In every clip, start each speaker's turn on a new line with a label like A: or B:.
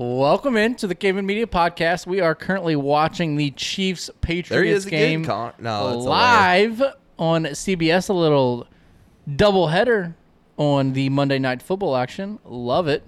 A: Welcome in to the Cayman Media Podcast. We are currently watching the Chiefs
B: There he is
A: Patriots
B: again.
A: game
B: Con- no, that's a liar.
A: live on CBS. A little doubleheader on the Monday Night Football action. Love it.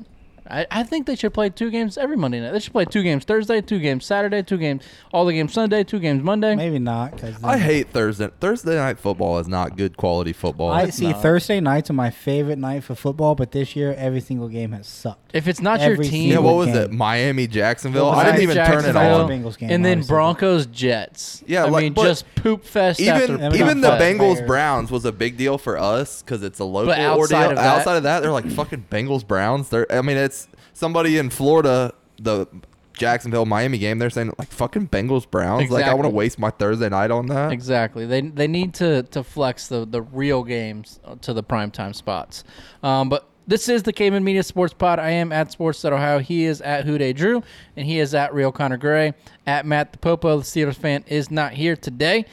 A: I, I think they should play two games every Monday night. They should play two games Thursday, two games Saturday, two games all the games Sunday, two games Monday.
C: Maybe not uh, because
B: I hate Thursday. Thursday night football is not good quality football.
C: I
B: It's
C: see
B: not.
C: Thursday nights are my favorite night for football, but this year every single game has sucked.
A: If it's not your
C: Every
A: team,
B: Yeah, what
C: Bengals
B: was
C: game.
B: it? Miami, Jacksonville.
C: Well,
B: Oh, I didn't even
C: besides
B: turn it
C: Jacksonville,
B: on.
C: Bengals game,
A: and then
C: obviously.
A: Broncos Jets.
B: Yeah,
A: I
B: like,
A: mean
B: but
A: just poop fest after
B: Even
C: Everton
B: even
A: poop
B: the
A: fest.
B: Bengals
C: player.
B: Browns was a big deal for us because it's a local
A: But outside
B: ordeal.
A: of that-
B: outside of that, they're like fucking Bengals Browns. They're I mean, it's somebody in Florida the Jacksonville Miami game. They're saying like fucking Bengals Browns. Like I
A: Exactly.
B: want to waste my Thursday night on that.
A: Exactly. They they need to to flex the the real games to the primetime spots. Um, but this is the Cayman Media Sports Pod. I am at Sports at Ohio. He is at Who Day Drew, and he is at Real Connor Gray. At Matt the Popo, the Steelers fan is not here today.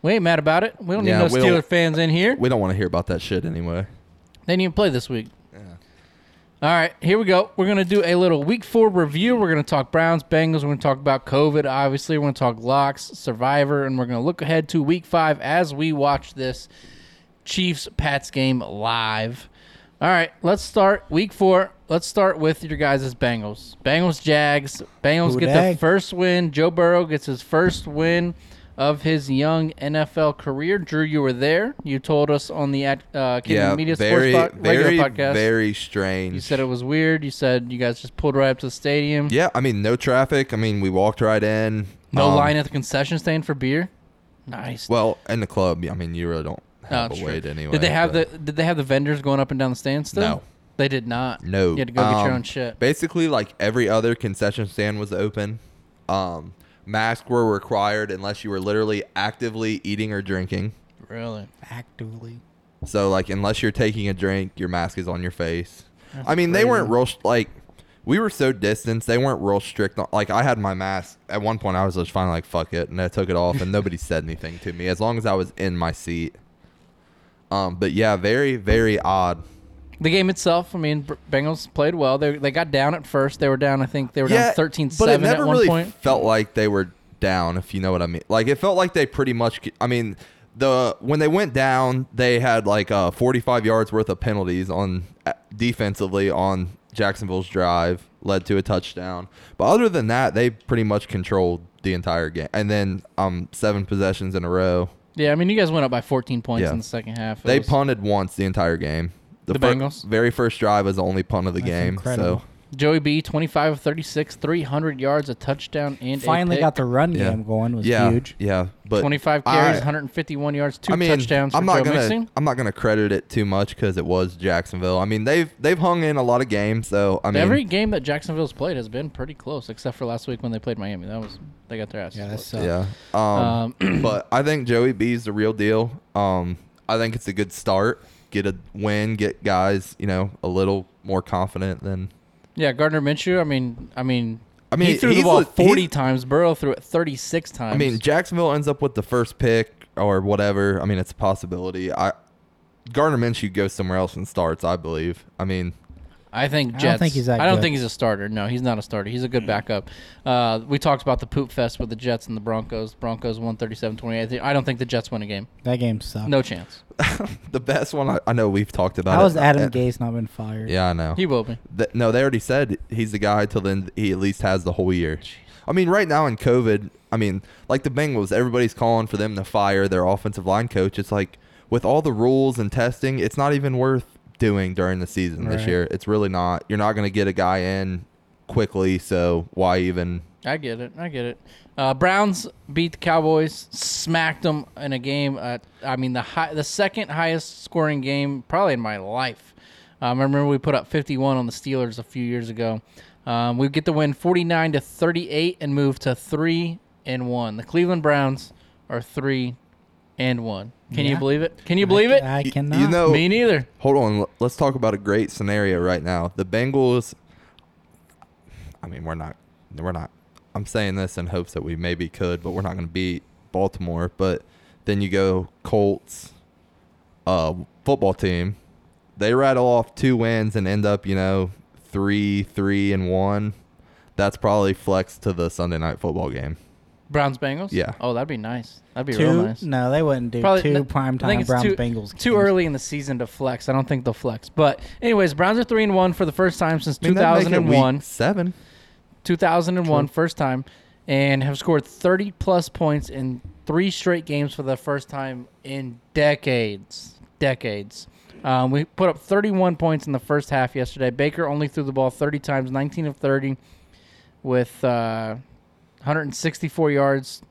A: We ain't mad about it. We don't
B: Yeah,
A: need no
B: we don't-
A: Steeler fans in here.
B: We don't want to hear about that shit anyway.
A: They didn't even play this week. All right, here we go. We're gonna do a little week four review. We're gonna talk Browns, Bengals. We're gonna talk about COVID. Obviously, we're gonna talk locks, Survivor, and we're gonna look ahead to week five as we watch this Chiefs Pats game live. All right, let's start week four. Let's start with your guys' Bengals. Bengals Jags. Bengals
C: Who
A: get
C: dag?
A: the first win. Joe Burrow gets his first win of his young NFL career. Drew, you were there. You told us on the at- uh, Kingdom
B: yeah,
A: Media
B: very
A: Sports po-
B: very
A: regular podcast.
B: very strange.
A: You said it was weird. You said you guys just pulled right up to the stadium.
B: Yeah, I mean, no traffic. I mean, we walked right in.
A: No
B: Um,
A: line at the concession stand for beer. Nice.
B: Well, in the club, I mean, you really don't
A: Oh,
B: have
A: that's
B: a
A: true.
B: wait anyway.
A: Did they have
B: but-
A: the Did they have the vendors going up and down the stand still?
B: No.
A: they did not.
B: No.
A: you had to go get your
B: Um,
A: own shit.
B: Basically, like every other concession stand was open. Um, masks were required unless you were literally actively eating or drinking.
A: Really?
C: Actively.
B: So, like, unless you're taking a drink, your mask is on your face.
A: That's
B: I mean, they weren't
A: crazy.
B: real sh- like we were so distanced. They weren't real strict. On, like, I had my mask at one point. I was just finally like, "Fuck it," and I took it off, and nobody said anything to me as long as I was in my seat. Um, but yeah, very, very odd.
A: The game itself. I mean, Br- Bengals played well. They they got down at first. They were down. I think they were down 13-7
B: but it never
A: at one
B: really
A: point.
B: Felt like they were down, if you know what I mean. Like it felt like they pretty much. I mean, the when they went down, they had like uh, 45 yards worth of penalties on defensively on Jacksonville's drive, led to a touchdown. But other than that, they pretty much controlled the entire game. And then um, seven possessions in a row.
A: Yeah, I mean, you guys went up by fourteen points
B: Yeah.
A: in the second half. It
B: They
A: was-
B: punted once the entire game.
A: The
B: fir-
A: Bengals?
B: very first drive was the only punt of the
C: That's
B: game.
C: incredible.
B: So
A: Joey B twenty five of thirty six, three hundred yards, a touchdown, and
C: Finally got the run
B: Yeah.
C: game going was
B: yeah,
C: huge.
B: yeah. But
A: 25 carries,
B: I-
A: 151 yards, two
B: I mean,
A: touchdowns for
B: I'm not
A: Joe
B: gonna,
A: Mixon.
B: I'm not gonna credit it too much because it was Jacksonville. I mean, they've they've hung in a lot of games, so I mean,
A: Every game that Jacksonville's played has been pretty close, except for last week when they played Miami. That was they got their ass.
C: Yeah, that
A: that's
C: sucked.
B: yeah. Um, but I think Joey B is the real deal. Um, I think it's a good start. Get a win, get guys, you know, a little more confident than.
A: yeah. Gardner Minshew. I mean, I mean,
B: I mean,
A: he threw the
B: he's
A: ball
B: le-
A: 40
B: he's-
A: times. Burrow threw it 36 times.
B: I mean, Jacksonville ends up with the first pick or whatever. I mean, it's a possibility. I Gardner Minshew goes somewhere else and starts. I believe. I mean,
A: I think
C: don't
A: Jets.
C: think he's that
A: I don't
C: good.
A: think he's a starter. No, he's not a starter. He's a good backup. Uh, we talked about the poop fest with the Jets and the Broncos. Broncos 137-28. I don't think the Jets win a game.
C: That game sucked.
A: No chance.
B: the best one I, I know we've talked about.
C: How has
B: it.
C: Adam
B: Uh,
C: Gase not been fired?
B: Yeah, I know.
A: He will be.
B: Th- no, they already said he's the guy till then. He at least has the whole year. I mean, right now in COVID, I mean, like the Bengals, everybody's calling for them to fire their offensive line coach. It's like with all the rules and testing, it's not even worth doing during the season this
C: Right.
B: year. It's really not. You're not going to get a guy in quickly, so why even?
A: I get it. I get it. Uh, Browns beat the Cowboys, smacked them in a game. Uh, I mean, the high, the second highest scoring game probably in my life. Um, I remember we put up 51 on the Steelers a few years ago. Um, we get the win 49 to 38 and move to three and one. The Cleveland Browns are three and one. Can you
C: Yeah.
A: believe it? Can you believe it?
C: I,
B: Y-
C: cannot.
B: You know,
A: Me neither.
B: Hold on. l- Let's talk about a great scenario right now. The Bengals. I mean, we're not. We're not. I'm saying this in hopes that we maybe could, but we're not going to beat Baltimore. But then you go Colts, uh, football team. They rattle off two wins and end up, you know, three, three, and one. That's probably flex to the Sunday night football game.
A: Browns Bengals.
B: Yeah.
A: Oh, that'd be nice. That'd be real
C: two?
A: nice.
C: No, they wouldn't do two
A: n-
C: prime
A: I think
C: time
A: it's
C: Browns
A: too,
C: Bengals. games.
A: Too early in the season to flex. I don't think they'll flex. But anyways, Browns are three and one for the first time since two
B: Didn't that make
A: thousand
B: it
A: and
B: week
A: one.
B: Seven.
A: Two thousand and one, first time, and have scored thirty plus points in three straight games for the first time in decades. Decades. Um, we put up 31 points in the first half yesterday. Baker only threw the ball 30 times, 19 of 30, with uh, 164 yards,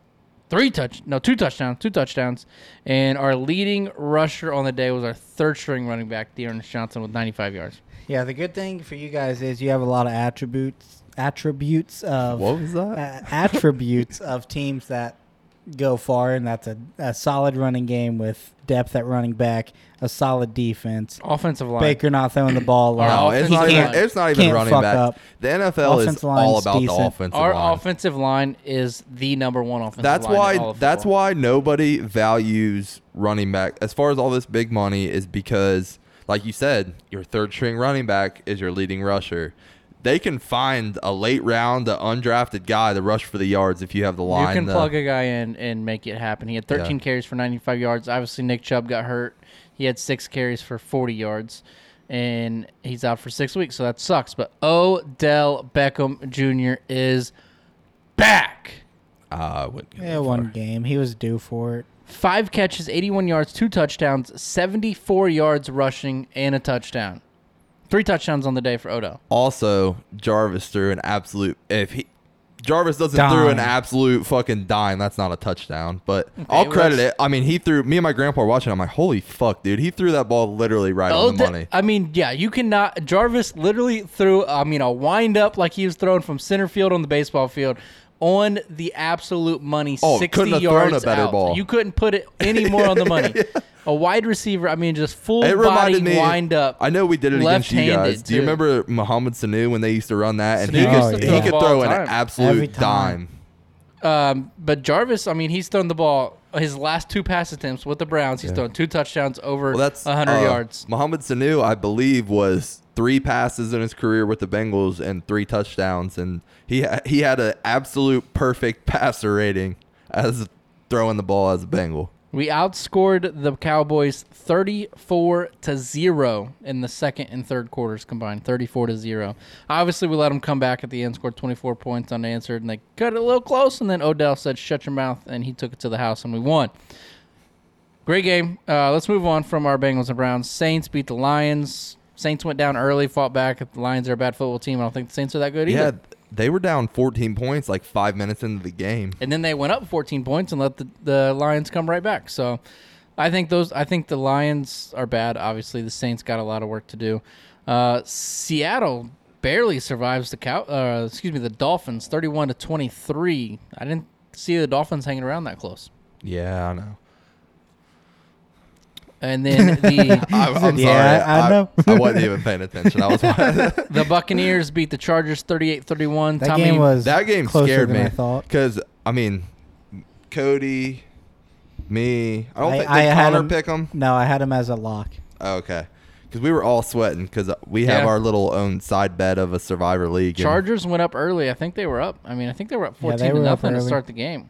A: three touch no two touchdowns, two touchdowns, and our leading rusher on the day was our third string running back, Dearness Johnson, with 95 yards.
C: Yeah, the good thing for you guys is you have a lot of attributes attributes of
B: What was that?
C: uh, attributes of teams that go far, and that's a, a solid running game with depth at running back, a solid defense.
A: Offensive line.
C: Baker not throwing the ball
B: No,
C: a lot.
B: it's
A: offensive
B: not even.
A: line.
B: It's not even
C: Can't
B: running
C: fuck
B: back.
C: up.
B: The NFL is
C: Offensive
B: all
C: line's
B: about
C: decent.
B: the offensive
A: Our
B: line.
A: offensive line is the number one offensive
B: that's
A: line. in all
B: why.
A: of
B: That's
A: football.
B: why nobody values running back as far as all this big money is because, like you said, your third string running back is your leading rusher. They can find a late round, the undrafted guy to rush for the yards if you have the line.
A: you can
B: the-
A: plug a guy in and make it happen. He had 13
B: Yeah.
A: carries for 95 yards. Obviously, Nick Chubb got hurt. He had six carries for 40 yards, and he's out for six weeks, so that sucks. But Odell Beckham Jr. is back.
B: I wouldn't go
C: Yeah,
B: that
C: one
B: far.
C: game. He was due for it.
A: Five catches, 81 yards, two touchdowns, 74 yards rushing, and a touchdown. Three touchdowns on the day for Odell.
B: Also, Jarvis threw an absolute. If he Jarvis doesn't
C: Dime.
B: throw an absolute fucking dime, that's not a touchdown. But I'll
A: well,
B: credit
A: that's-
B: it. I mean, he threw. Me and my grandpa were watching. I'm like, holy fuck, dude! He threw that ball literally right on the
A: Odell-
B: money.
A: Oh, I mean, yeah, you cannot. Jarvis literally threw, I mean, a wind up like he was thrown from center field on the baseball field on the absolute money.
B: Oh,
A: 60
B: couldn't have thrown
A: yards
B: a better
A: out.
B: ball.
A: You couldn't put it any more on the money. A wide receiver, I mean, just full
B: It
A: body
B: reminded me.
A: wind up.
B: I know we did it against you
A: left-handed,
B: guys. Do you
A: too.
B: remember Muhammad Sanu when they used to run that? And he
A: Sanu
B: could,
C: used to
B: he
C: throw
B: could
A: the
B: throw
A: ball
B: an
A: time.
C: Every
B: absolute
C: time.
B: dime.
A: Um, but Jarvis, I mean, he's thrown the ball his last two pass attempts with the Browns. He's thrown two touchdowns over
B: Well, that's
A: 100
B: uh,
A: yards.
B: Muhammad Sanu, I believe, was three passes in his career with the Bengals and three touchdowns, and he ha- he had an absolute perfect passer rating as throwing the ball as a Bengal.
A: We outscored the Cowboys 34 to 0 in the second and third quarters combined, 34 to 0. Obviously, we let them come back at the end, scored 24 points unanswered, and they cut it a little close. And then Odell said, Shut your mouth, and he took it to the house, and we won. Great game. Uh, let's move on from our Bengals and Browns. Saints beat the Lions. Saints went down early, fought back. The Lions are a bad football team. I don't think the Saints are that good either.
B: Yeah, they were down 14 points like five minutes into the game.
A: and then they went up 14 points and let the, the Lions come right back. So I think those I think the Lions are bad. Obviously, the Saints got a lot of work to do. Uh, Seattle barely survives the cow. Uh, excuse me, the Dolphins 31 to 23. I didn't see the Dolphins hanging around that close.
B: Yeah, I know.
A: And then the
B: I, I'm
C: "Yeah,
B: sorry.
C: I know."
B: I wasn't even paying attention. I was
A: the Buccaneers beat the Chargers 38-31.
C: That
A: Tommy,
C: game was
B: that game
C: closer
B: scared
C: than
B: me
C: I thought.
B: because I mean, Cody, me. I don't
C: I-
B: think
C: I
B: did
C: had
B: Connor
C: him-
B: pick him.
C: No, I had him as a lock.
B: Oh, okay. Because we were all sweating because we have
A: Yeah.
B: our little own side bet of a Survivor League. and-
A: Chargers went up early. I think they were up. I mean, I think they were up
C: Yeah,
A: 14
C: they
A: to
C: were up
A: nothing to
C: early.
A: start the game.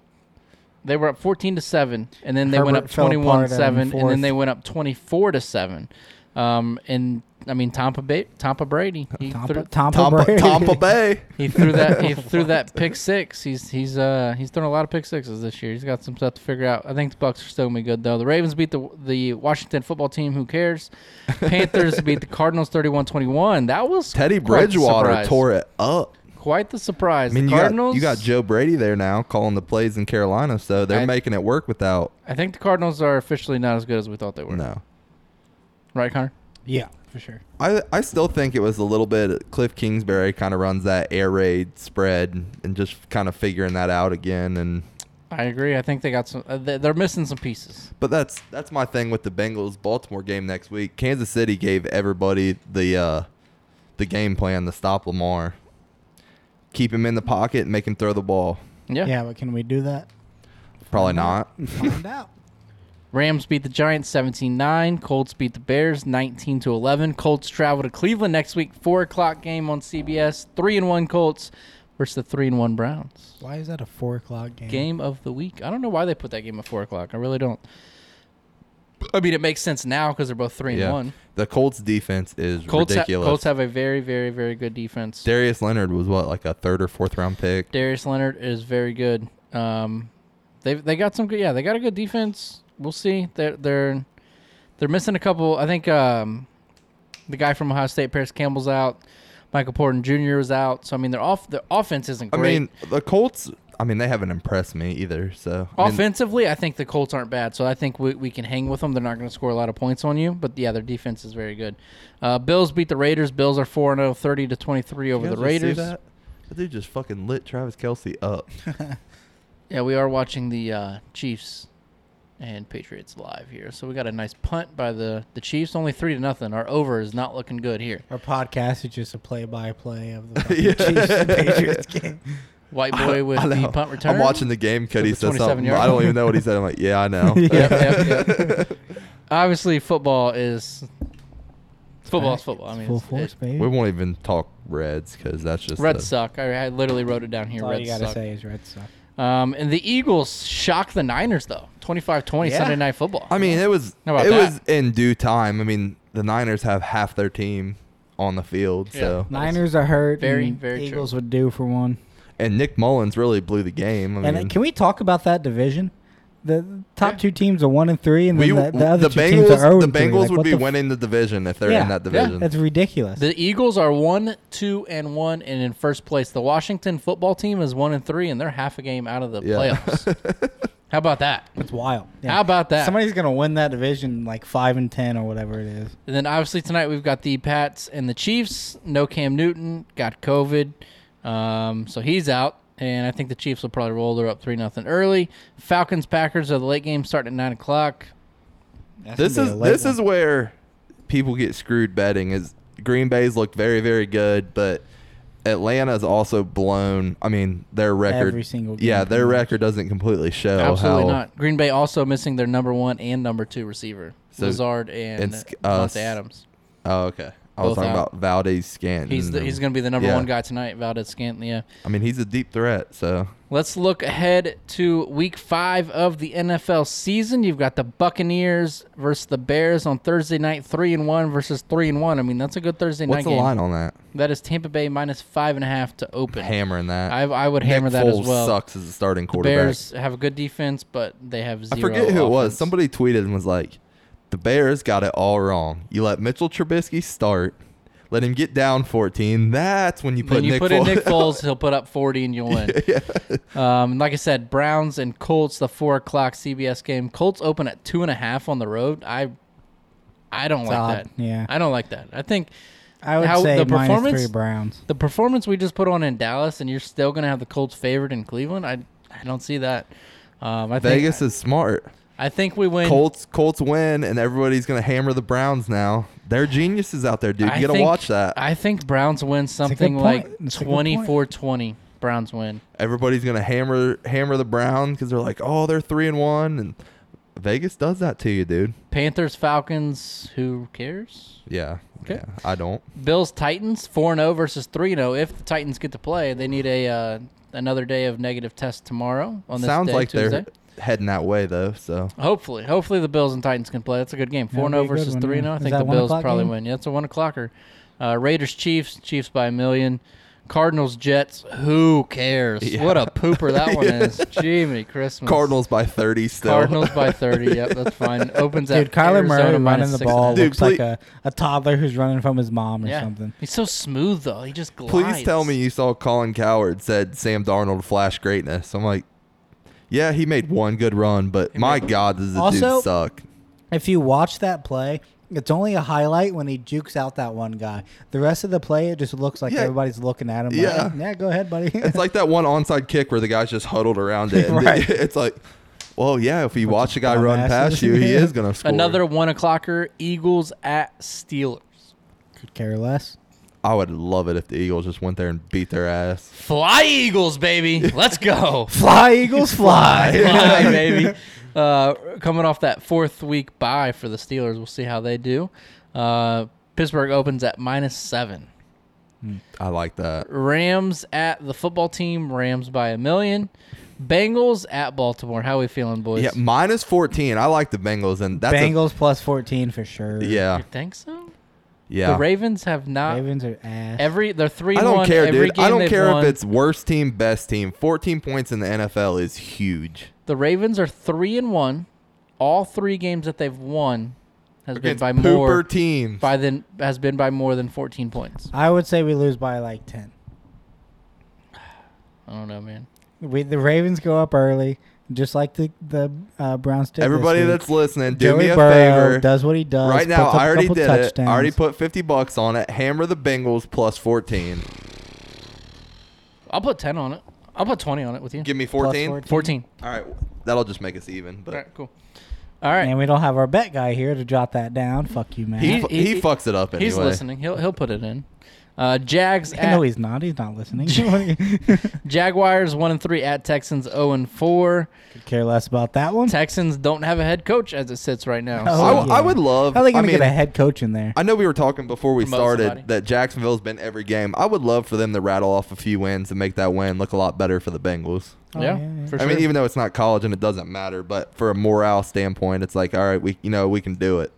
A: They were up 14 to 7 and then they went
C: Herbert
A: up
C: fell
A: 21
C: apart in
A: 7 and
C: fourth.
A: then they went up 24 to 7. Um and I mean Tampa ba- Tampa Brady. He threw,
C: Tampa, Tampa,
B: Tampa,
C: Brady.
B: Tampa Bay.
A: he threw that he threw that pick 6. He's he's uh he's thrown a lot of pick sixes this year. He's got some stuff to figure out. I think the Bucks are still going to be good though. The Ravens beat the the Washington football team, who cares? Panthers beat the Cardinals 31-21. That was
B: Teddy
A: quite the
B: Bridgewater
A: surprise.
B: tore it up.
A: quite the surprise.
B: I mean,
A: the
B: you
A: Cardinals
B: got, you got Joe Brady there now calling the plays in Carolina, so they're
A: I-
B: making it work without.
A: I think the Cardinals are officially not as good as we thought they were.
B: No.
A: Right, Connor?
C: Yeah, for sure.
B: I, I still think it was a little bit. Cliff Kingsbury kind of runs that air raid spread and just kind of figuring that out again. And
A: I agree. I think they got some. Uh, they- they're missing some pieces.
B: But that's that's my thing with the Bengals Baltimore game next week. Kansas City gave everybody the uh, the game plan to stop Lamar, keep him in the pocket, and make him throw the ball.
A: Yeah.
C: Yeah, but can we do that?
B: Probably not.
C: Find out.
A: Rams beat the Giants 17-9. Colts beat the Bears 19 to 11. Colts travel to Cleveland next week, four o'clock game on CBS. Three and one Colts, versus the three and one Browns.
C: Why is that a four o'clock game?
A: Game of the week. I don't know why they put that game at four o'clock. I really don't. I mean, it makes sense now because they're both three and
B: Yeah.
A: one.
B: The Colts defense is
A: Colts, ha-
B: ridiculous.
A: Colts have a very, very, very good defense.
B: Darius Leonard was what like a third or fourth round pick.
A: Darius Leonard is very good. Um, they they got some good. Yeah, they got a good defense. We'll see. They're they're they're missing a couple. I think um, the guy from Ohio State, Paris Campbell's out. Michael Porter Jr. was out. So I mean, their off their offense isn't
B: I
A: great.
B: mean, the Colts. I mean, they haven't impressed me either. So I mean,
A: Offensively, I think the Colts aren't bad, so I think we, we can hang with them. They're not going to score a lot of points on you, but yeah, their defense is very good. Uh, Bills beat the Raiders. Bills are 4 0, 30 to 23
B: you
A: over the
B: guys just see
A: Raiders.
B: That? That dude just fucking lit Travis Kelsey up.
A: Yeah, we are watching the uh, Chiefs and Patriots live here. So we got a nice punt by the, the Chiefs, only three to nothing. Our over is not looking good here.
C: Our podcast is just a play-by-play of the fucking Chiefs and Patriots game.
A: White boy with
B: I
A: the
B: know.
A: punt return.
B: I'm watching the game. Cody
A: the
B: says
A: 27
B: something.
A: yard
B: I don't
A: line.
B: even know what he said. I'm like, yeah, I know.
A: Yep, yep, yep. Obviously, football is football is football. I mean,
C: Full
A: it's-
C: force,
A: it-
C: baby.
B: we won't even talk Reds because that's just
A: Reds
B: the-
A: suck. I, I literally wrote it down here.
C: That's all you
A: Reds
C: gotta
A: suck.
C: say is Red Sox.
A: Um, and the Eagles shock the Niners though, 25-20
C: Yeah.
A: Sunday Night Football.
B: I mean, it was it
A: How about that?
B: was in due time. I mean, the Niners have half their team on the field,
A: Yeah.
B: so
C: Niners are hurt.
A: Very,
C: and
A: very true.
C: Eagles would do for one.
B: and Nick Mullins really blew the game. I mean,
C: and can we talk about that division? The top
A: Yeah.
C: two teams are one and three, and then
B: we-
C: the, the other two
B: Bengals
C: teams are zero
B: the
C: and three.
B: Bengals
C: Like,
B: would
C: what
B: be
C: the f-
B: winning the division if they're
C: Yeah.
B: in that
A: Yeah.
B: division.
C: That's ridiculous.
A: the Eagles are one, two, and one, and in first place. The Washington football team is one and three, and they're half a game out of the
B: Yeah.
A: playoffs. How about that?
C: It's wild.
A: How about that?
C: Somebody's gonna win that division like five and ten or whatever it is.
A: And then obviously tonight we've got the Pats and the Chiefs. No Cam Newton got COVID, um, so he's out. And I think the Chiefs will probably roll her up three nothing early. Falcons Packers are the late game starting at nine o'clock.
C: That's
B: this
C: gonna
B: is
C: be a late
B: this
C: one.
B: is where people get screwed betting. Is Green Bay's looked very very good, but Atlanta's also blown. I mean, their record.
C: Every single game
B: yeah, their
C: pretty much.
B: record doesn't completely show.
A: Absolutely
B: Oh, how,
A: not. Green Bay also missing their number one and number two receiver,
B: So,
A: Lazard and
B: it's, uh,
A: Devontae Adams.
B: Oh, okay. I
A: Both
B: was talking
A: out.
B: about Valdez Scant.
A: He's the, he's going to be the number
B: mm. yeah.
A: one guy tonight. Valdez Scanton, yeah.
B: I mean, he's a deep threat. So
A: Let's look ahead to week five of the NFL season. You've got the Buccaneers versus the Bears on Thursday night, three and one versus three and one. I mean, that's a good Thursday
B: what's
A: night
B: the
A: game.
B: line on that?
A: That is Tampa Bay minus five and a half to open.
B: Hammering that.
A: I, I would hammer
B: Nick
A: that
B: Foles
A: as well.
B: Sucks as a starting
A: The
B: quarterback.
A: Bears have a good defense, but they have zero.
B: I forget who it was.
A: offense.
B: Somebody tweeted and was like, "The Bears got it all wrong. You let Mitchell Trubisky start, let him get down 14. That's when you
A: When
B: put
A: you
B: Nick
A: put
B: Foles.
A: in Nick Foles, he'll put up 40 and you'll win. Um, like I said, Browns and Colts, the four o'clock CBS game. Colts open at two and a half on the road. I, I don't like
C: odd.
A: that.
C: Yeah.
A: I don't like that. I think
C: I would
A: how-
C: say
A: the
C: minus
A: performance-
C: three Browns.
A: the performance we just put on in Dallas, and you're still gonna have the Colts favored in Cleveland. I, I don't see that. Um, I think
B: Vegas is smart.
A: I think we win.
B: Colts Colts win, and everybody's gonna hammer the Browns now. They're geniuses out there, dude. You
A: I
B: gotta
A: think-
B: watch that.
A: I think Browns win
C: good
A: something
C: point.
A: like
C: It's a good point.
A: 24-20. Browns win.
B: everybody's gonna hammer hammer the Browns because they're like, oh, they're three and one, and Vegas does that to you, dude.
A: Panthers Falcons. Who cares?
B: Yeah,
A: Okay.
B: yeah, I don't.
A: Bills Titans 4 0 versus 3 0. If the Titans get to play, they need a uh, another day of negative test tomorrow on this
B: Sounds
A: day,
B: like
A: Tuesday.
B: they're heading that way though. So
A: Hopefully, hopefully the Bills and Titans can play. That's a good game.
C: That'll
A: Four
C: be a
A: 0
C: good
A: versus
C: one,
A: three 0
C: yeah.
A: I
C: Is
A: think
C: that
A: the
C: one
A: Bills
C: o'clock
A: probably
C: game?
A: win. Yeah, it's a one o'clocker. Uh, Raiders Chiefs Chiefs by a million. Cardinals Jets. Who cares?
B: Yeah.
A: What a pooper that one is. Jimmy Christmas.
B: Cardinals by thirty still.
A: Hmm. Cardinals by thirty. Yep, that's fine. Opens
C: Dude,
A: at
C: Kyler
A: Arizona
C: Murray running
A: minus
C: the
A: six and a
C: ball
A: half.
B: Dude,
C: looks like
B: please-
C: a, a toddler who's running from his mom or
A: yeah.
C: something.
A: He's so smooth though. He just glides.
B: Please tell me you saw Colin Coward said Sam Darnold flash greatness. I'm like, yeah, he made one good run, but my God, does the
C: Also-
B: dude suck?
C: If you watch that play, it's only a highlight when he jukes out that one guy. The rest of the play, it just looks like
B: Yeah.
C: everybody's looking at him. like,
B: Yeah.
C: yeah, go ahead, buddy.
B: It's like that one onside kick where the guy's just huddled around it. And
C: Right.
B: It's like, well, yeah, if you watch a guy run
C: dumbasses.
B: past you, he is gonna score.
A: Another one o'clocker. Eagles at Steelers.
C: Could care less.
B: I would love it if the Eagles just went there and beat their ass.
A: Fly Eagles, baby. Let's go.
C: Fly, Eagles, fly.
A: Fly, baby. Uh, coming off that fourth week bye for the Steelers, we'll see how they do. Uh, Pittsburgh opens at minus seven.
B: I like that.
A: Rams at the football team. Rams by a million. Bengals at Baltimore. How we feeling, boys?
B: Yeah, minus 14. I like the Bengals, and that's a-
C: Bengals plus 14 for sure.
B: yeah,
A: You think so?
B: yeah.
A: The Ravens have not.
C: Ravens are ass.
A: Every they're three.
B: I don't
A: one,
B: care,
A: every
B: dude.
A: Game
B: I don't
A: they've
B: care
A: won.
B: if it's worst team, best team. 14 points in the NFL is huge.
A: the Ravens are three and one. All three games that they've won has been
B: Against
A: by
B: pooper
A: more
B: teams.
A: by than has been by more than fourteen points.
C: I would say we lose by like 10.
A: I don't know, man.
C: We the Ravens go up early, just like the the uh, Browns did. this
B: Everybody
C: week.
B: that's listening, do me a
C: Burrow
B: favor.
C: does what he does.
B: right now,
C: puts up a
B: I already
C: couple
B: did it. I
C: touchdowns.
B: already put 50 bucks on it. Hammer the Bengals plus 14.
A: I'll put ten on it. I'll put twenty on it with you.
B: Give me
C: Plus
B: 14.
A: Fourteen.
B: All right, that'll just make us even.
A: All right,
B: But
A: cool. All right.
C: And we don't have our bet guy here to jot that down. Fuck you, man.
B: he,
A: He-
B: fu-
A: he-
B: he fucks it up anyway.
A: He's listening. He'll he'll put it in. Uh, Jags at
C: no, he's not. He's not listening.
A: Jaguars one and three at Texans zero and four.
C: Care less about that one.
A: Texans don't have a head coach as it sits right now.
C: Oh,
A: So
B: I, w-
C: yeah.
B: I would love.
C: How are they
B: I
C: going to
B: mean,
C: get a head coach in there?
B: I know we were talking before we
A: Promote
B: started
A: somebody.
B: that Jacksonville's been every game. I would love for them to rattle off a few wins and make that win look a lot better for the Bengals.
C: Oh,
A: yeah,
C: yeah, yeah.
A: for
B: I
A: sure.
B: mean, even though it's not college and it doesn't matter, but for a morale standpoint, it's like, all right, we you know we can do it.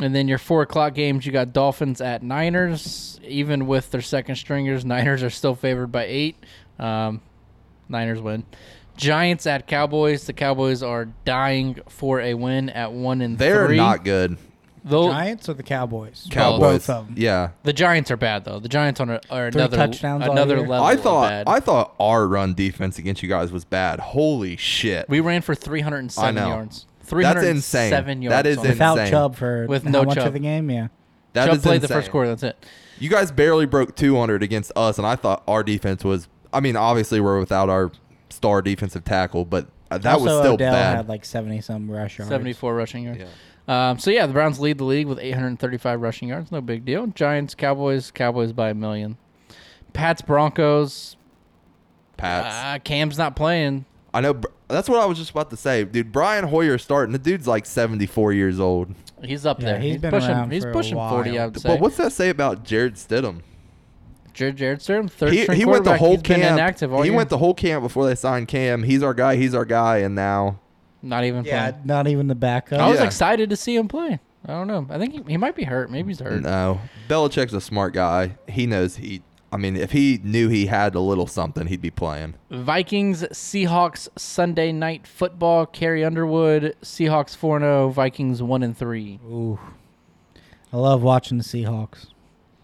A: and then your four o'clock games, you got Dolphins at Niners. Even with their second stringers, Niners are still favored by eight. Um, Niners win. Giants at Cowboys. The Cowboys are dying for a win at one and
B: They're
A: three.
B: not good.
A: Though-
C: Giants or the Cowboys?
B: Oh. Cowboys.
C: Both of them.
B: Yeah.
A: the Giants are bad though. The Giants on a, are
C: Three
A: another
C: touchdowns all
A: another
C: year.
A: level.
B: I
A: of
B: thought
A: bad.
B: I thought our run defense against you guys was bad. Holy shit.
A: We ran for 307
B: I know.
A: yards.
B: That's
A: 307
B: insane.
A: yards.
B: That is
A: on-
B: insane.
C: Without
B: Insane.
C: Chubb for
A: With
C: how
A: no
C: much
A: Chubb.
C: of the game? Yeah.
B: That
A: Chubb
B: is
A: played the
B: insane.
A: first quarter. That's it.
B: You guys barely broke 200 against us, and I thought our defense was. I mean, obviously we're without our star defensive tackle, but uh, that was
C: Also,
B: still
C: Odell
B: bad.
C: had like 70 some rush yards.
A: 74 rushing yards. Um, so yeah, the Browns lead the league with 835 rushing yards. No big deal. Giants, Cowboys, Cowboys by a million. Pats, Broncos.
B: Pats.
A: Uh, Cam's not playing.
B: I know. Br- That's what I was just about to say, dude. Brian Hoyer starting. The dude's like 74 years old.
A: He's up
C: Yeah,
A: there.
C: he's
A: He's,
C: been
A: pushing.
C: around
A: He's
C: for a
A: pushing 40. I
C: while.
A: would say.
B: But what's that say about Jared Stidham?
A: Jared, Jared Stern, third
B: He,
A: string
B: he went the
A: quarterback.
B: whole
A: He's been
B: camp.
A: inactive all
B: He
A: year.
B: went the whole camp before they signed Cam. He's our guy. He's our guy. And now
A: not even
C: Yeah,
A: playing.
C: not even the backup.
A: I was
B: Yeah.
A: excited to see him play. I don't know. I think he, he might be hurt. Maybe he's hurt.
B: no. Belichick's a smart guy. He knows he. I mean, if he knew he had a little something, he'd be playing.
A: Vikings Seahawks Sunday night football. Carrie Underwood Seahawks four zero. Vikings one and three.
C: Ooh. I love watching the Seahawks.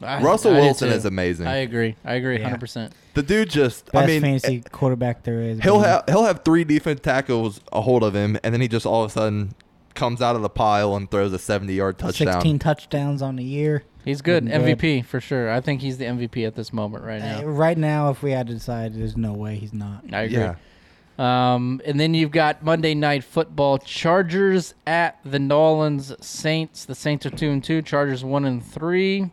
A: I-
B: Russell
A: I do
B: Wilson
A: too.
B: is amazing.
A: I agree. I agree.
C: Yeah.
A: Hundred percent.
B: the dude just.
C: Best
B: I mean, eh,
C: fantasy quarterback there is.
B: he'll
C: man.
B: have he'll have three defense tackles a hold of him, and then he just all of a sudden comes out of the pile and throws a 70 yard touchdown.
C: 16 touchdowns on the year.
A: He's good.
C: Looking good.
A: MVP for sure. I think he's the MVP at this moment right
C: Uh,
A: now.
C: right now, if we had to decide, there's no way he's not.
A: I agree.
B: Yeah.
A: Um, and then you've got Monday night football. Chargers at the Nolans Saints. The Saints are two and two. Chargers one and three.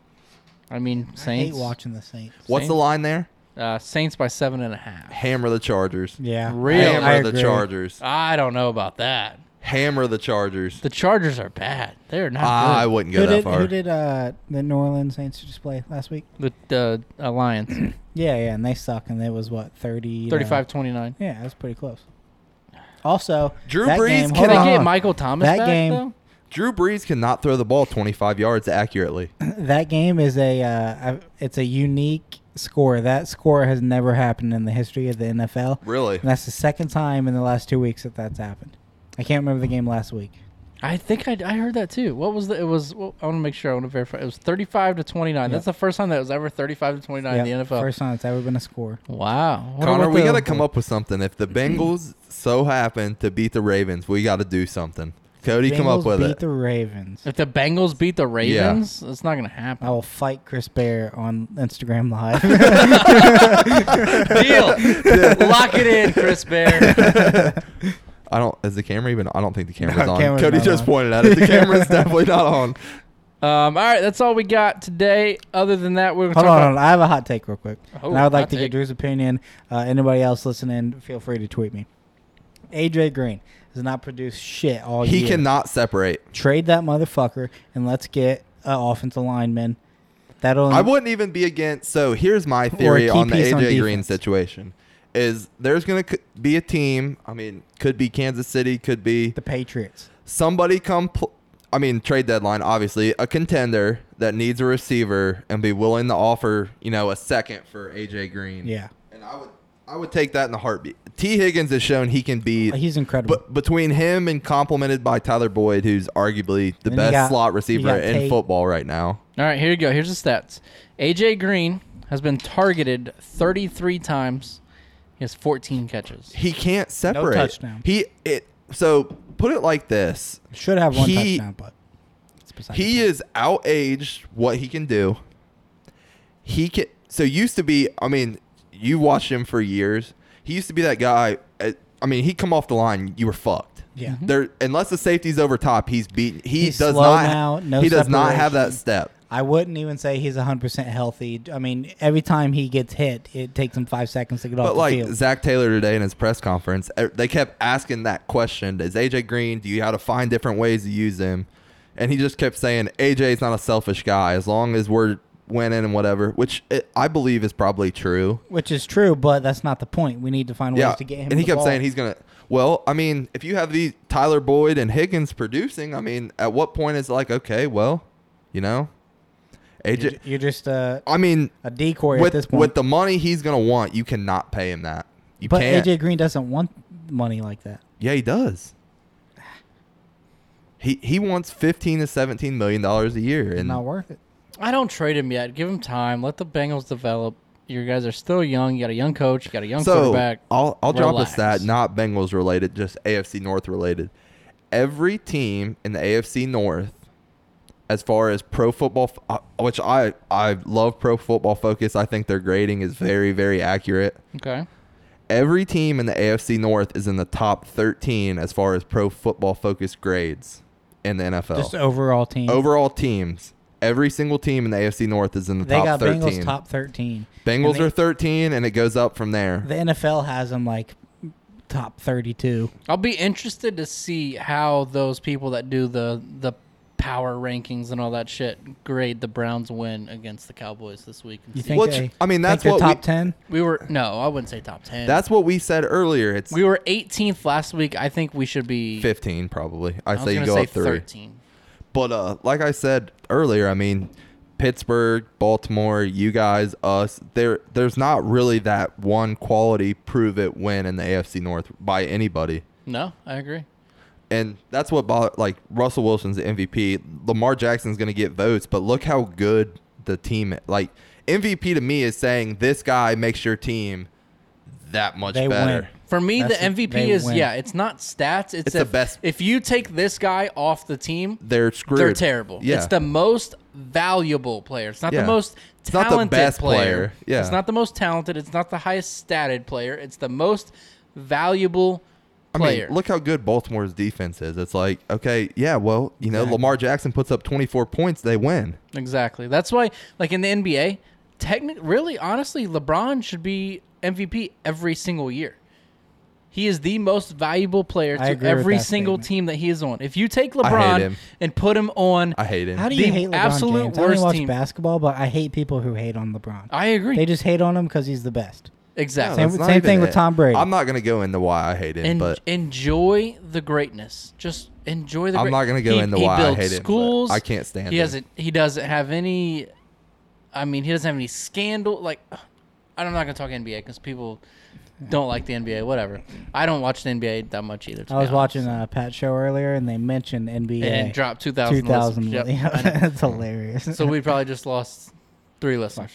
A: I mean
C: I hate
A: Saints.
C: watching the Saints.
B: What's the
A: Saints.
B: line there?
A: Uh, Saints by seven and a half.
B: Hammer the Chargers.
C: Yeah,
A: Really?
C: I-
B: Hammer
C: I
B: the
C: agree.
B: Chargers.
A: I don't know about that.
B: Hammer the Chargers.
A: The Chargers are bad. They're not.
B: I
A: good.
B: wouldn't go
C: Who
B: that
C: did,
B: far.
C: who did uh, the New Orleans Saints just play last week?
A: the the uh, Alliance.
C: Yeah, yeah, and they suck, and it was what thirty. to-
A: 35 29.
C: yeah, that's pretty close. Also,
B: Drew
C: that
B: Brees
C: game,
B: can
A: Can
C: hold
A: they
C: on,
A: get
C: hold
A: Michael Thomas
C: That
A: back,
C: game-
A: though?
B: Drew Brees cannot throw the ball 25 yards accurately.
C: on. that game is a uh, I- it's a unique score. That score has never happened in the history of the NFL.
B: Really?
C: And that's the second time in the last two weeks that that's happened. I can't remember the game last week.
A: I think I, I heard that too. What was the? It was. Well, I want to make sure. I want to verify. It was thirty-five to twenty-nine.
C: Yeah.
A: That's the first time that was ever thirty-five to twenty-nine in the
C: Yep,
A: NFL.
C: First time it's ever been a score.
A: Wow, What
B: Connor,
A: about
B: we
A: the-
B: got to come up with something. If the Bengals so happen to beat the Ravens, we got to do something. Cody, come
C: Bengals
B: up with
C: beat
B: it.
C: the Ravens.
A: If the Bengals beat the Ravens, it's not gonna
C: I
A: happen.
C: will fight Chris Bear on Instagram Live.
A: Deal. Lock it in, Chris Bear.
B: I don't. Is the camera even? I don't think the camera's on.
C: camera's
B: Cody
C: not
B: just
C: on.
B: pointed at it. The camera's definitely not on.
A: Um, all right, that's all we got today. Other than that, we're gonna
C: hold, on,
A: talk
C: hold
A: about.
C: on, I have a hot take real quick,
A: Oh,
C: and I would like
A: hot
C: to
A: take.
C: get Drew's opinion. Uh, anybody else listening, feel free to tweet me. AJ Green has not produced shit all
B: he
C: year.
B: cannot separate.
C: trade that motherfucker and let's get an offensive lineman That'll
B: I wouldn't even be against. So here's my theory
C: Um, key
B: on the
C: piece
B: AJ
C: on
B: Green
C: defense.
B: situation: is there's going to be a team. I mean, could be Kansas City, could be
C: the Patriots.
B: somebody come. Pl- I mean, trade deadline, obviously, a contender that needs a receiver and be willing to offer, you know, a second for AJ Green.
C: Yeah,
B: and I would, I would take that in a heartbeat. T. Higgins has shown he can be.
C: he's incredible.
B: But between him and complemented by Tyler Boyd, who's arguably the
C: Then you
B: best
C: got-
B: slot
C: you
B: receiver
C: got
B: in
C: Tate.
B: football right now.
A: All right, here you go. Here's the stats. AJ Green has been targeted 33 times. He has 14 catches.
B: He can't separate.
C: touchdown.
B: He it so put it like this.
C: Should have one
B: he-
C: touchdown, but it's beside the
B: He
C: point.
B: is outaged what he can do. He can so used to be. I mean, you watched him for years. He used to be that guy. uh, I mean, he come off the line, you were fucked.
C: Yeah. Mhm.
B: There, unless the safety's over top, he's beaten. He
C: He's
B: does
C: slow
B: not.
C: now, no
B: he does not have that
C: separation.
B: step.
C: I wouldn't even say he's 100% healthy. I mean, every time he gets hit, it takes him five seconds to get off
B: But
C: the
B: like
C: field.
B: Zach Taylor today in his press conference, e- they kept asking that question: Is AJ Green? Do you how to find different ways to use him? And he just kept saying AJ's not a selfish guy as long as we're winning and whatever, which it, I believe is probably true.
C: Which is true, but that's not the point. We need to find
B: Yeah,
C: ways to get him.
B: and he
C: the
B: kept
C: ball.
B: saying he's gonna. Well, I mean, if you have these Tyler Boyd and Higgins producing, I mean, at what point is it like okay, well, you know,
C: You're,
B: AJ.
C: you're just a,
B: I mean,
C: a decoy at
B: with
C: this point.
B: with the money he's gonna want, you cannot pay him that. You
C: but
B: can't.
C: AJ Green doesn't want money like that.
B: Yeah, he does. He he wants fifteen to seventeen million dollars a year,
C: It's
B: and
C: not worth it.
A: I don't trade him yet. Give him time. Let the Bengals develop. You guys are still young. You got a young coach. You got a young
B: so uh,
A: quarterback.
B: I'll I'll drop a
A: Relax.
B: stat, not Bengals related, just AFC North related. Every team in the AFC North, as far as pro football, F- uh, which I I love pro football focus. I think their grading is very very accurate.
A: Okay.
B: Every team in the AFC North is in the top thirteen as far as pro football focus grades in the NFL.
C: Just overall team.
B: overall teams. Every single team in the AFC North is in the
C: they
B: top
C: got
B: 13.
C: Bengals top 13.
B: Bengals
C: and they-
B: are 13, and it goes up from there.
C: The NFL has him like top 32.
A: I'll be interested to see how those people that do the the power rankings and all that shit grade the Browns win against the Cowboys this week. and
C: You
A: see-
C: think
B: Which-
C: they,
B: I mean,
C: think
B: that's
C: they're
B: what we-
C: top 10?
A: we were no, I wouldn't say top ten.
B: That's what we said earlier. It's
A: we were 18th last week. I think we should be.
B: 15, probably. I,
A: I was
B: say you
A: gonna
B: go
A: say
B: up three.
A: 13.
B: But uh, like I said earlier, I mean, Pittsburgh, Baltimore, you guys, us. There, there's not really that one quality prove it win in the AFC North by anybody.
A: No, I agree.
B: and that's what bother like Russell Wilson's the MVP. Lamar Jackson's going to get votes, but look how good the team like MVP to me is saying this guy makes your team that much
C: They
B: better.
C: win.
A: For me,
C: That's
A: the
C: if
A: MVP
C: they
A: is
C: win.
A: yeah. It's not stats. It's,
B: It's the
A: if-
B: best-
A: If you take this guy off the team,
B: They're screwed.
A: they're terrible.
B: Yeah.
A: It's the most valuable player. It's not
B: Yeah.
A: the most
B: It's not the
A: talented
B: best
A: player.
B: player. Yeah.
A: It's not the most talented. It's not the highest statted player. It's the most valuable
B: I mean,
A: player.
B: look how good Baltimore's defense is. It's like, okay, yeah, well, you know,
C: Exactly.
B: Lamar Jackson puts up 24 points, they win.
A: exactly. That's why, like in the NBA, technic really, honestly, LeBron should be MVP every single year. He is the most valuable player
C: I
A: to
C: agree with
A: every
C: that
A: single
C: statement.
A: team that he is on. If you take LeBron
B: him.
A: and put him on,
B: I hate him.
C: How do you
A: The
C: hate LeBron
A: absolute
C: James? I don't even
A: worst
C: watch
A: team.
C: basketball, but I hate people who hate on LeBron.
A: I agree.
C: They just hate on him because he's the best.
B: No,
A: exactly.
C: Same-
B: that's not
C: same
B: even
C: thing with Tom Brady.
B: I'm not going to go into why I hate him,
A: En-
B: but
A: enjoy the greatness. Just enjoy the.
B: I'm
A: great-
B: not gonna go
A: He-
B: into
A: he
B: why I
A: built
B: hate him, but
A: schools.
B: I can't stand
A: He
B: him.
A: doesn't. He doesn't have any. I mean, he doesn't have any scandal. Like, I'm not gonna talk NBA because people don't like the NBA. Whatever. I don't watch the NBA that much either. to
C: I
A: be
C: was
A: honest.
C: watching a Pat show earlier, and they mentioned NBA
A: and it dropped two thousand.
C: 2000.
A: Yep. I know.
C: That's hilarious.
A: so we probably just lost three listeners.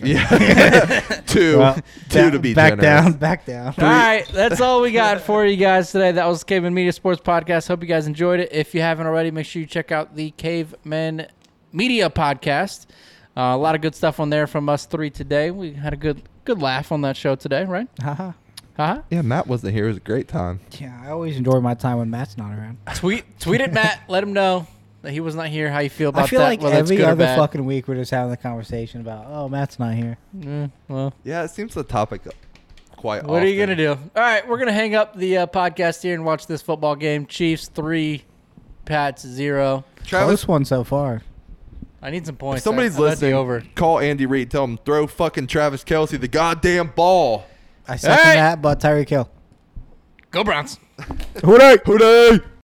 B: yeah. two
C: Well,
B: two
C: down-
B: to be
C: back
B: generous.
C: down, back down. Ah,
A: All right, that's all we got for you guys today. That was Caveman Media Sports Podcast. Hope you guys enjoyed it. If you haven't already, make sure you check out the Cavemen Media Podcast. Uh, a lot of good stuff on there from us three today. We had a good good laugh on that show today, right? Uh-huh.
C: Haha.
A: Haha.
B: Yeah, Matt wasn't here. It was a great time.
C: uh-huh. yeah, I always enjoy my time when Matt's not around.
A: tweet tweet at Matt. Let him know that he was not here. How you feel about
C: I feel
A: that?
C: like
A: whether it's
C: every
A: good or
C: other
A: bad.
C: fucking week we're just having the conversation about, oh, Matt's not here.
A: Yeah, well,
B: Yeah, it seems the topic quite.
A: what are you gonna do?
B: often.
A: All right, we're gonna hang up the uh, podcast here and watch this football game. Chiefs three, Pats zero.
B: Travis?
C: Close one so far.
A: I need some points.
B: If somebody's
A: I- I let the
B: listening,
A: Over.
B: call Andy Reid. Tell him throw fucking Travis Kelsey the goddamn ball.
C: I second
A: Hey!
C: that, but Tyreek Hill.
A: Go Browns.
B: Hooray! Hooray!